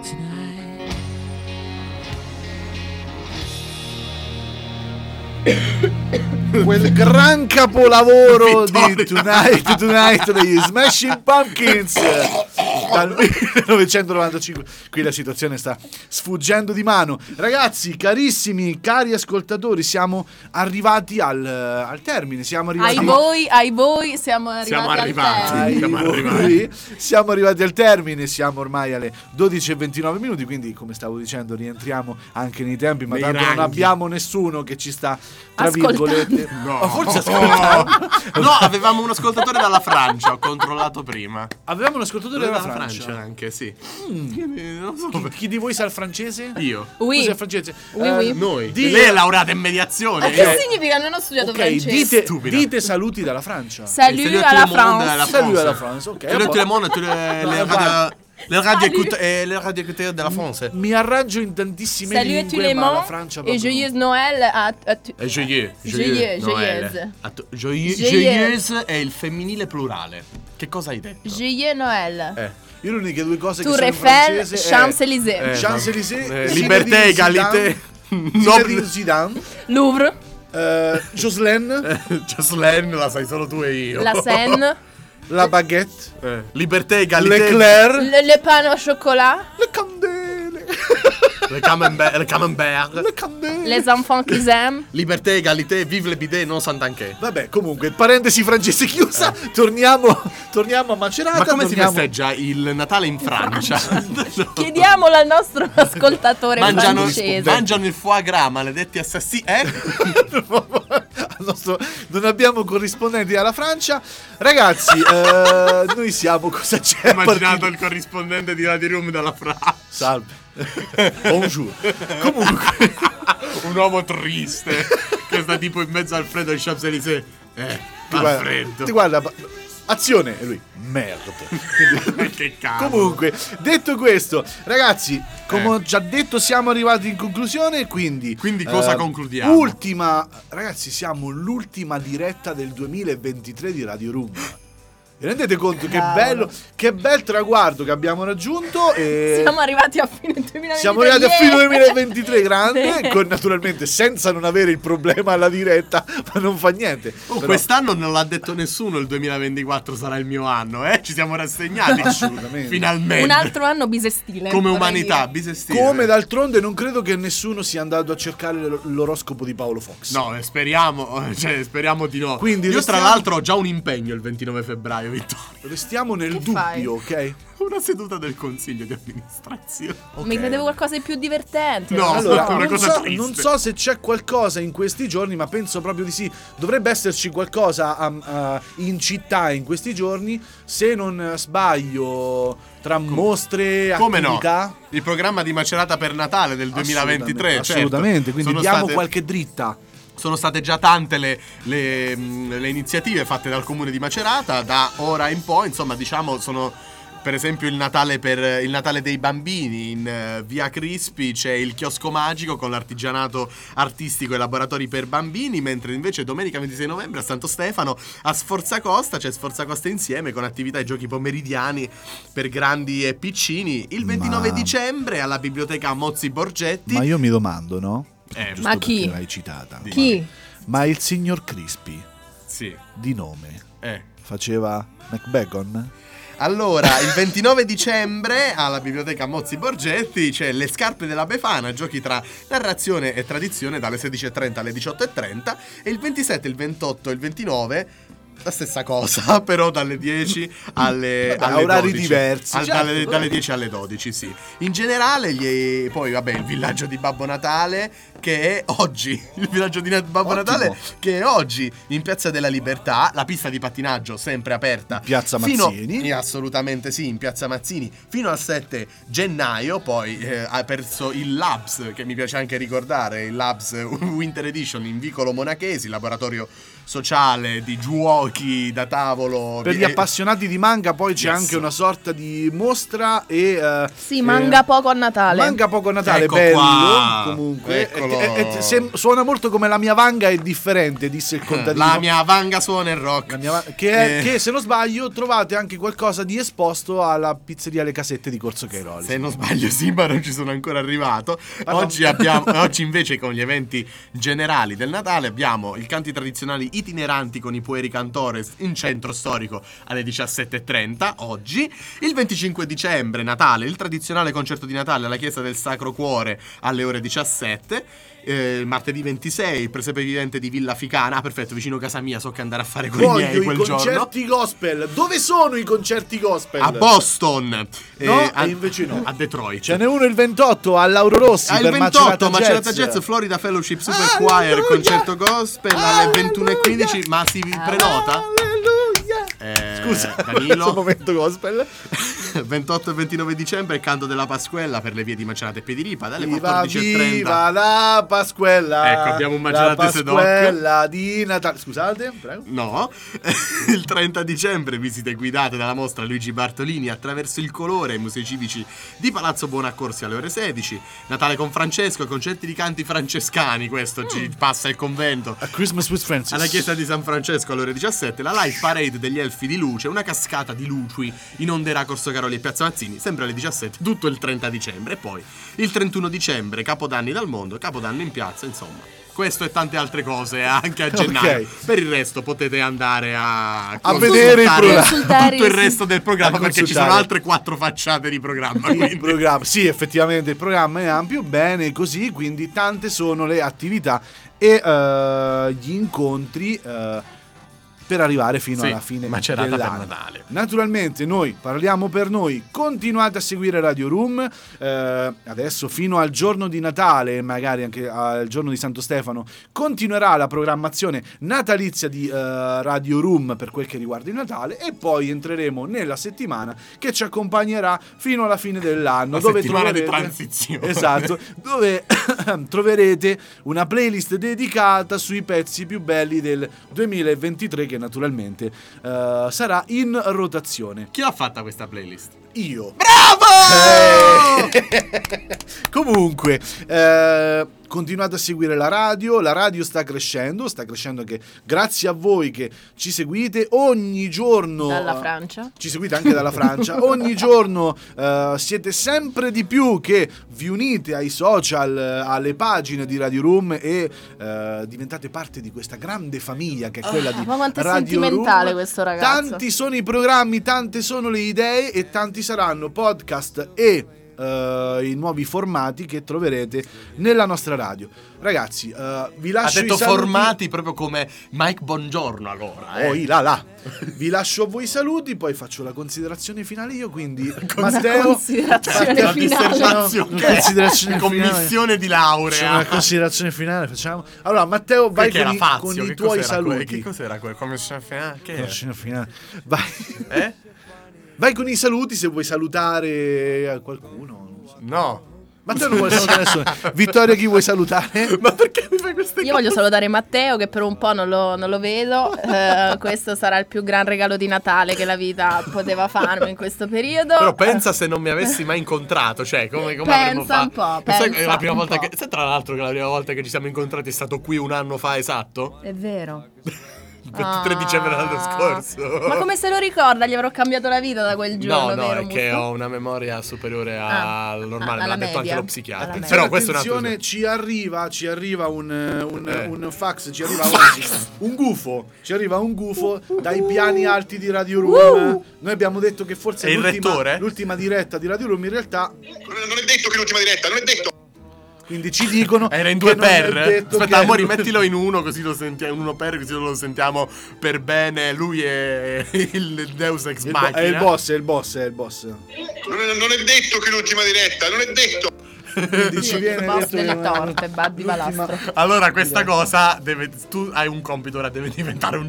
quel gran capolavoro di Vittoria. Tonight Tonight degli Smashing Pumpkins dal 1995 qui la situazione sta sfuggendo di mano ragazzi carissimi cari ascoltatori siamo arrivati al, al termine siamo arrivati Ai voi, ai voi, siamo arrivati. Siamo al arrivati. termine. ai Siamo voi. arrivati. oh, Siamo arrivati al termine, siamo ormai alle 12.29 minuti, quindi come stavo dicendo rientriamo anche nei tempi, ma Nei tanto non ranghi. abbiamo nessuno che ci sta, tra Ascoltando. virgolette... No. Oh, forse ascoltando. No, avevamo un ascoltatore dalla Francia, ho controllato prima. Avevamo un ascoltatore della Francia. Mm. anche, sì. Eh, Non so Chi, chi di voi sa il francese? Io. Oui. Tu sai il francese? Oui, Eh, oui. Noi. Di- Lei è laureata in Ma mediazione. Eh, che Ok. significa? Non ho studiato Ok, francese. dite, Stupida. dite saluti dalla Francia. Salut Salut Eh, alla tout le monde, France. Eh, alla France. Saluti alla Francia, ok. Salut tout le monde, tout le- les guarda. radio- les radioécoute- eh, les radioécouteurs della Mm. France. Mi arrangio in tantissime Salut tout lingue, le ma la monde. Francia E proprio no. joyeuse Noël a, a tu- Eh, Joyeux, Joyeux, Noël. joyeuse. Atto- joyeux- Joyeuse. joyeuse è il femminile plurale. Che cosa hai detto? Joyeux Noël. Eh. Io le uniche due cose Tour che so in Eiffel, francese è- Champs-Élysées. Eh, Champs-Élysées, Eh, Zinedine libertà, Zidane, egalité, Zinedine noble. Zidane, Louvre, eh, Joselaine, Jocelyn la sai solo tu e io. la Seine, la baguette, Eh, Libertà, egalité. Leclerc, le, le pain au chocolat, le candele, Le camembert. le camembert. le candele. les enfants qu'ils aiment. Libertà, egalité, vive le bidet, non s'entanché. Vabbè, comunque, parentesi francese chiusa, torniamo, torniamo a Macerata. Eh. Ma come si torniamo- festeggia il Natale in Francia? Chiediamolo al nostro ascoltatore mangiano, francese. mangiano il foie gras, maledetti assassini. Eh? Al nostro- non abbiamo corrispondenti alla Francia. Ragazzi, eh, noi siamo cosa c'è? Immaginato Partito- il corrispondente di Radio Room dalla Francia. Salve. Bonjour. Comunque, Un uomo triste che sta tipo in mezzo al freddo ai Champs-Élysées. Eh, ti al guarda, freddo. ti guarda, ba- azione, e lui, merda. Eh, che cazzo. Comunque, detto questo, ragazzi, come ho già detto, siamo arrivati in conclusione. Quindi, Eh. eh, Quindi cosa concludiamo? Ultima, ragazzi, siamo l'ultima diretta del 2023 di Radio Room. Vi rendete conto che bello, che bel traguardo che abbiamo raggiunto? E Siamo arrivati a fine 2023. siamo arrivati a fine 2023 grande, Sì. con, naturalmente senza non avere il problema alla diretta, ma non fa niente. Oh, Però- quest'anno non l'ha detto nessuno, il 2024 sarà il mio anno, eh? Ci siamo rassegnati. Assolutamente. Finalmente. Un altro anno bisestile. Come vorrei umanità, dire. bisestile. eh. Come d'altronde non credo che nessuno sia andato a cercare l'or- l'oroscopo di Paolo Fox. No, eh, speriamo, cioè, speriamo di no. Quindi Io tra restiamo- l'altro ho già un impegno il 29 febbraio, Vittorio. Restiamo nel Che dubbio, ok? fai? Una seduta del consiglio di amministrazione. Ok. Mi credevo qualcosa di più divertente. No, Allora, una non cosa so, triste. non so se c'è qualcosa in questi giorni, ma penso proprio di sì. Dovrebbe esserci qualcosa am- a- in città in questi giorni, se non sbaglio, tra mostre, Come attività. no? Il programma di Macerata per Natale del 2023. Assolutamente, certo. assolutamente, quindi Sono diamo state- qualche dritta. Sono state già tante le, le, mh, le iniziative fatte dal comune di Macerata, da ora in poi, insomma, diciamo, sono per esempio il Natale, per, il Natale dei bambini in eh, via Crispi c'è il chiosco magico con l'artigianato artistico e laboratori per bambini, mentre invece domenica 26 novembre a Santo Stefano a Sforzacosta c'è Sforzacosta insieme con attività e giochi pomeridiani per grandi e piccini. Il 29 Ma- dicembre alla biblioteca Mozzi Borgetti. io mi domando, no? Eh, Ma chi? perché l'hai citata. Chi? Ma il signor Crispi sì, di nome eh. faceva McBacon? Allora, il 29 dicembre alla biblioteca Mozzi Borgetti c'è Le scarpe della Befana, giochi tra narrazione e tradizione dalle 16.30 alle 18.30 e il 27, il 28 e il 29 la stessa cosa, però dalle 10 alle, Vabbè, alle orari 12. diversi, Al- certo. dalle, dalle 10 alle 12, sì. In generale, gli- poi vabbè, il villaggio di Babbo Natale che è oggi, il villaggio di Na- Babbo Ottimo. Natale che è oggi in Piazza della Libertà, la pista di pattinaggio sempre aperta. Piazza fino- Mazzini. eh, assolutamente sì, in Piazza Mazzini fino al 7 gennaio, poi eh, ha perso il Labs, che mi piace anche ricordare, il Labs Winter Edition in Vicolo Monachesi, laboratorio sociale di giochi da tavolo. eh, Per di- gli appassionati di manga poi c'è Yes. anche una sorta di mostra e... eh, Sì, eh, manga poco a Natale. Manga poco a Natale, Ecco bello qua. comunque. Eccolo. E- e- e- se- suona molto come la mia vanga è differente, disse il Eh, contadino. La mia vanga suona il rock. La mia va- che, è- Eh. che, se non sbaglio trovate anche qualcosa di esposto alla pizzeria Le Casette di Corso Cairoli. Se non sbaglio, sì, ma non ci sono ancora arrivato. Ah, no. Oggi, abbiamo- oggi invece, con gli eventi generali del Natale, abbiamo i canti tradizionali itineranti con i Pueri Cantores in centro storico alle 17.30. Oggi, il 25 dicembre, Natale, il tradizionale concerto di Natale alla Chiesa del Sacro Cuore alle ore 17. Eh, martedì 26, il presepe vivente di Villa Ficana. Ah, perfetto, vicino casa mia, so che andare a fare con i miei Voglio i quel giorno. concerti gospel. Dove sono i concerti gospel? A Boston, Eh, No, a, e invece no. a Detroit. Ce n'è uno il 28 all'Auro Rossi Ah, il per 28 Macerata, Macerata Jazz. Jazz Florida Fellowship Super Ah, Alleluia! Choir concerto gospel alle Alleluia! 21.15 ma si prenota Alleluia. Eh, Scusa, questo Danilo momento gospel. 28 e 29 dicembre canto della Pasquella per le vie di Macerata e Pediripa dalle Viva, 14.30 viva la Pasquella. Ecco, abbiamo un La Macerata Sedoc. Pasquella di Natale. Scusate, prego. No, il 30 dicembre visite guidate dalla mostra Luigi Bartolini attraverso il colore ai musei civici di Palazzo Bonaccorsi alle ore 16. Natale con Francesco, concerti di canti francescani, questo Mm. ci passa il convento. A Christmas with Francis. Alla chiesa di San Francesco alle ore 17 la live parade degli elfi di luce, una cascata di luci inonderà Corso Caroli e Piazza Mazzini, sempre alle 17, tutto il 30 dicembre. E poi il 31 dicembre, Capodanni dal mondo, Capodanno in piazza, insomma. Questo e tante altre cose anche a gennaio. Ok. Per il resto potete andare a, A consultare vedere il programma. Consultare, tutto il sì. resto del programma A perché ci consultare. sono altre quattro facciate di programma. Il Quindi. programma- sì, effettivamente il programma è ampio, bene così, quindi tante sono le attività e eh, gli incontri eh, per arrivare fino Sì, alla fine Macerata per dell'anno. Natale. Naturalmente noi parliamo per noi, continuate a seguire Radio Room, eh, adesso fino al giorno di Natale, magari anche al giorno di Santo Stefano, continuerà la programmazione natalizia di eh, Radio Room per quel che riguarda il Natale e poi entreremo nella settimana che ci accompagnerà fino alla fine dell'anno. La settimana di transizione. Esatto, dove troverete una playlist dedicata sui pezzi più belli del 2023 che naturalmente eh, sarà in rotazione. Chi l'ha fatta questa playlist? Io. Bravo! Eh. Comunque, eh, continuate a seguire la radio, la radio sta crescendo, sta crescendo anche grazie a voi che ci seguite ogni giorno. Dalla eh, Francia. Ci seguite anche dalla Francia. Ogni giorno eh, siete sempre di più che vi unite ai social, eh, alle pagine di Radio Room e eh, diventate parte di questa grande famiglia che è quella Ah, di ma quanto è Radio Room. sentimentale questo ragazzo. Tanti sono i programmi, tante sono le idee e tanti saranno podcast e eh, i nuovi formati che troverete nella nostra radio. Ragazzi, eh, vi Ha lascio i detto saluti- formati proprio come Mike Bongiorno allora. eh. Oh, i là, là. Vi lascio a voi i saluti, poi faccio la considerazione finale io, quindi Una Matteo considerazione la Matteo, finale. dissertazione Una considerazione commissione Facciamo una di laurea considerazione finale, facciamo. Allora, Matteo, vai Perché con era i, Fazio, con i che tuoi cos'era quello? saluti. che cos'era quello commissione finale che era? Considerazione finale. Vai. eh? vai con i saluti se vuoi salutare eh, qualcuno. non so. no Matteo non vuole salutare nessuno. Vittorio, chi vuoi salutare? ma perché mi fai queste Io voglio salutare Matteo che per un po' non lo, non lo vedo, Eh, questo sarà il più gran regalo di Natale che la vita poteva farmi in questo periodo. però pensa se non mi avessi mai incontrato, cioè come, come avremmo Pensa un fatto? po', Sai che pensa è la prima un volta po'. che sai tra l'altro che la prima volta che ci siamo incontrati è stato qui un anno fa esatto? È vero. Il 23 dicembre dell'anno Ah. scorso. Ma come se lo ricorda, gli avrò cambiato la vita da quel No, giorno, no, vero? è che Musso? ho una memoria superiore Ah, al normale, me alla l'ha detto anche media. lo psichiatra. Alla media. Però questo è un altro Attenzione, ci arriva, ci arriva un, eh, un, eh, Eh. un fax, ci arriva un, un gufo, ci arriva un gufo Uh, dai piani alti di Radio Room. eh. Uh. Noi abbiamo detto che forse E il l'ultima, rettore? l'ultima diretta di Radio Room in realtà, Non è detto che è l'ultima diretta, non è detto. quindi ci dicono Era in che due non è per. detto Aspetta, che- amore, rimettilo in uno così lo sentiamo. In uno per così lo sentiamo per bene. Lui è il Deus ex Il bo- machina. è il boss, è il boss, è il boss. Non è, non è detto che è l'ultima diretta, non è detto. Quindi Sì, ci il viene boss detto delle che- torte, Buddy l'ultima- Balastro. Allora, questa cosa deve. Tu hai un compito, ora deve diventare un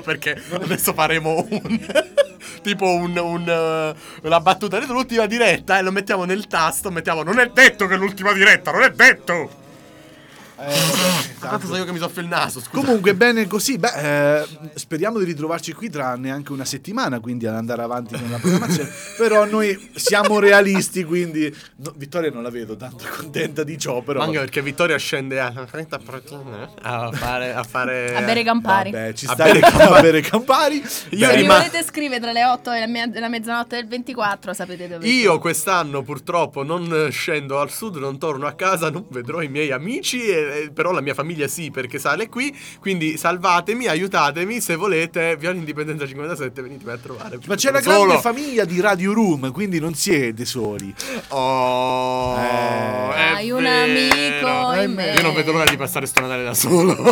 Perché adesso faremo un. tipo un, un, eh, una battuta dentro l'ultima diretta e lo mettiamo nel tasto. Mettiamo. Non è detto che è l'ultima diretta, non è detto! Eh, Ma Tanto so io che mi soffio il naso, scusa. Comunque, bene così. Beh, eh, speriamo di ritrovarci qui tra neanche una settimana, quindi ad andare avanti con la programmazione. Però noi siamo realisti, quindi no, Vittoria non la vedo tanto contenta di ciò, però. Ma anche perché Vittorio scende a 30 proteine a fare. A, fare, A bere Campari. Vabbè, ci sta a bere Campari. Io Se mi rimasto- volete scrivere tra le 8 e la, mia- la mezzanotte del 24, sapete dove. Io quest'anno purtroppo non scendo al sud, non torno a casa, non vedrò i miei amici, e- e- però la mia famiglia sì perché sale qui, quindi salvatemi, aiutatemi, se volete, Viola Indipendenza 57 venitemi a trovare. Ma c'è la Solo- grande famiglia di Radio Room, quindi non siete soli. Oh, Eh. è Hai un vero. amico in È me. vero. Io non vedo l'ora di passare sto Natale da solo.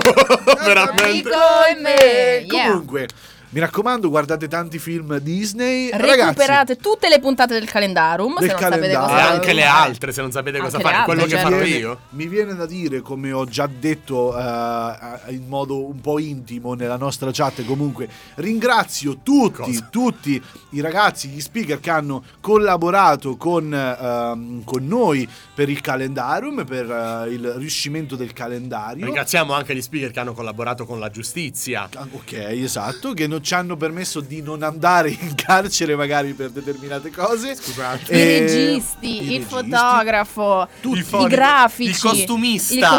Veramente. Amico in me. yeah. Comunque, mi raccomando, guardate tanti film Disney. Ragazzi, Recuperate tutte le puntate del calendarum. Del se non sapete calendarum. E cosa anche le altre, se non sapete cosa Anche le fare, quello altre, che ho certo. fatto viene- io. mi viene da dire, come ho già detto eh, a- in modo un po' intimo nella nostra chat, comunque ringrazio tutti, Cosa? tutti i ragazzi, gli speaker che hanno collaborato con, ehm, con noi per il calendarum, per eh, il riuscimento del calendario. Ringraziamo anche gli speaker che hanno collaborato con la giustizia. Ah, Ok, esatto, che non ci hanno permesso di non andare in carcere magari per determinate cose. Scusate. I Eh, registi, i il registi, fotografo, tutti. i fonico, grafici, il costumista. il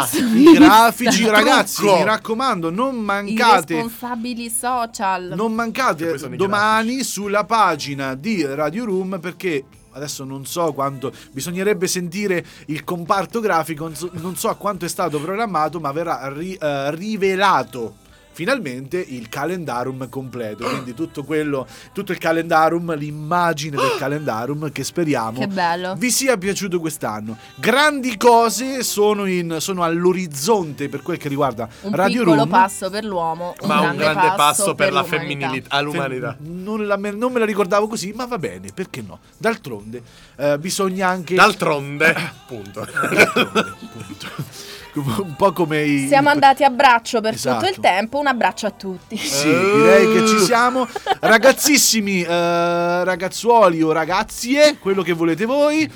costumista, I grafici, il ragazzi, trucco. mi raccomando, non i mancate. responsabili social. Non Che mancate poi sono i domani sulla pagina di Radio Room perché adesso non so quanto bisognerebbe sentire il comparto grafico, non so, non so a quanto è stato programmato, ma verrà ri- eh, rivelato finalmente il calendarum completo, quindi tutto quello tutto il calendarum, l'immagine del calendarum che speriamo Che bello. vi sia piaciuto quest'anno. Grandi cose sono, in- sono all'orizzonte per quel che riguarda Un Radio piccolo Room. passo per l'uomo, un Ma grande, un grande passo, per, la ah, l'umanità. femminilità, Fe- all'umanità. Non, la- non me la ricordavo così, ma va bene, perché no? D'altronde eh, bisogna anche... D'altronde, punto. D'altronde, appunto. Un po' come i... Siamo andati a braccio per Esatto. tutto il tempo, un abbraccio a tutti. Sì, direi che ci siamo. Ragazzissimi, eh, ragazzuoli o ragazzie, quello che volete voi.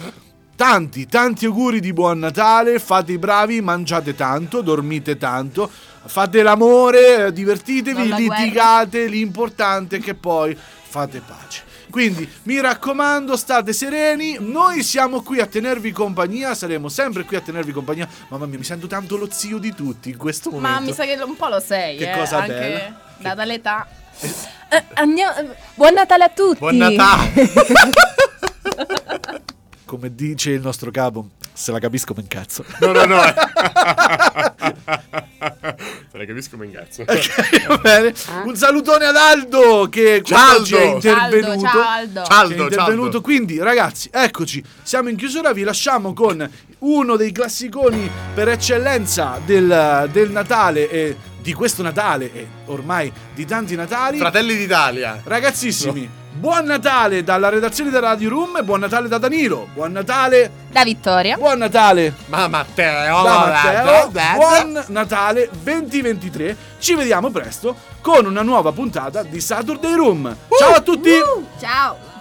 Tanti, tanti auguri di buon Natale, fate i bravi, mangiate tanto, dormite tanto, fate l'amore, eh, divertitevi, Non la guerra. litigate, l'importante è che poi fate pace. Quindi mi raccomando, state sereni, noi siamo qui a tenervi compagnia, saremo sempre qui a tenervi compagnia. Mamma mia, mi sento tanto lo zio di tutti in questo momento. Ma mi sa che un po' lo sei, Che eh, cosa anche bella. data l'età. Eh, andiamo- Buon Natale a tutti! Buon Natale. come dice il nostro capo, se la capisco mi incazzo. No, no, no. Te la capisco, mi ingazzo. Ok, va bene. Un salutone ad Aldo che Ciao, oggi è Aldo. intervenuto. Aldo, ciao Ciao. Aldo! Che è Aldo, intervenuto. Aldo. Quindi, ragazzi, eccoci, siamo in chiusura. Vi lasciamo con uno dei classiconi per eccellenza del, del Natale e di questo Natale e ormai di tanti Natali. Fratelli d'Italia. Ragazzissimi, buon Natale dalla redazione della Radio Room. e Buon Natale da Danilo. Buon Natale, Da Vittoria! buon Natale. Ma Matteo, da guarda, Matteo. guarda. Buon Natale 2023. Ci vediamo presto con una nuova puntata di Saturday Room. Ciao a tutti! Ciao!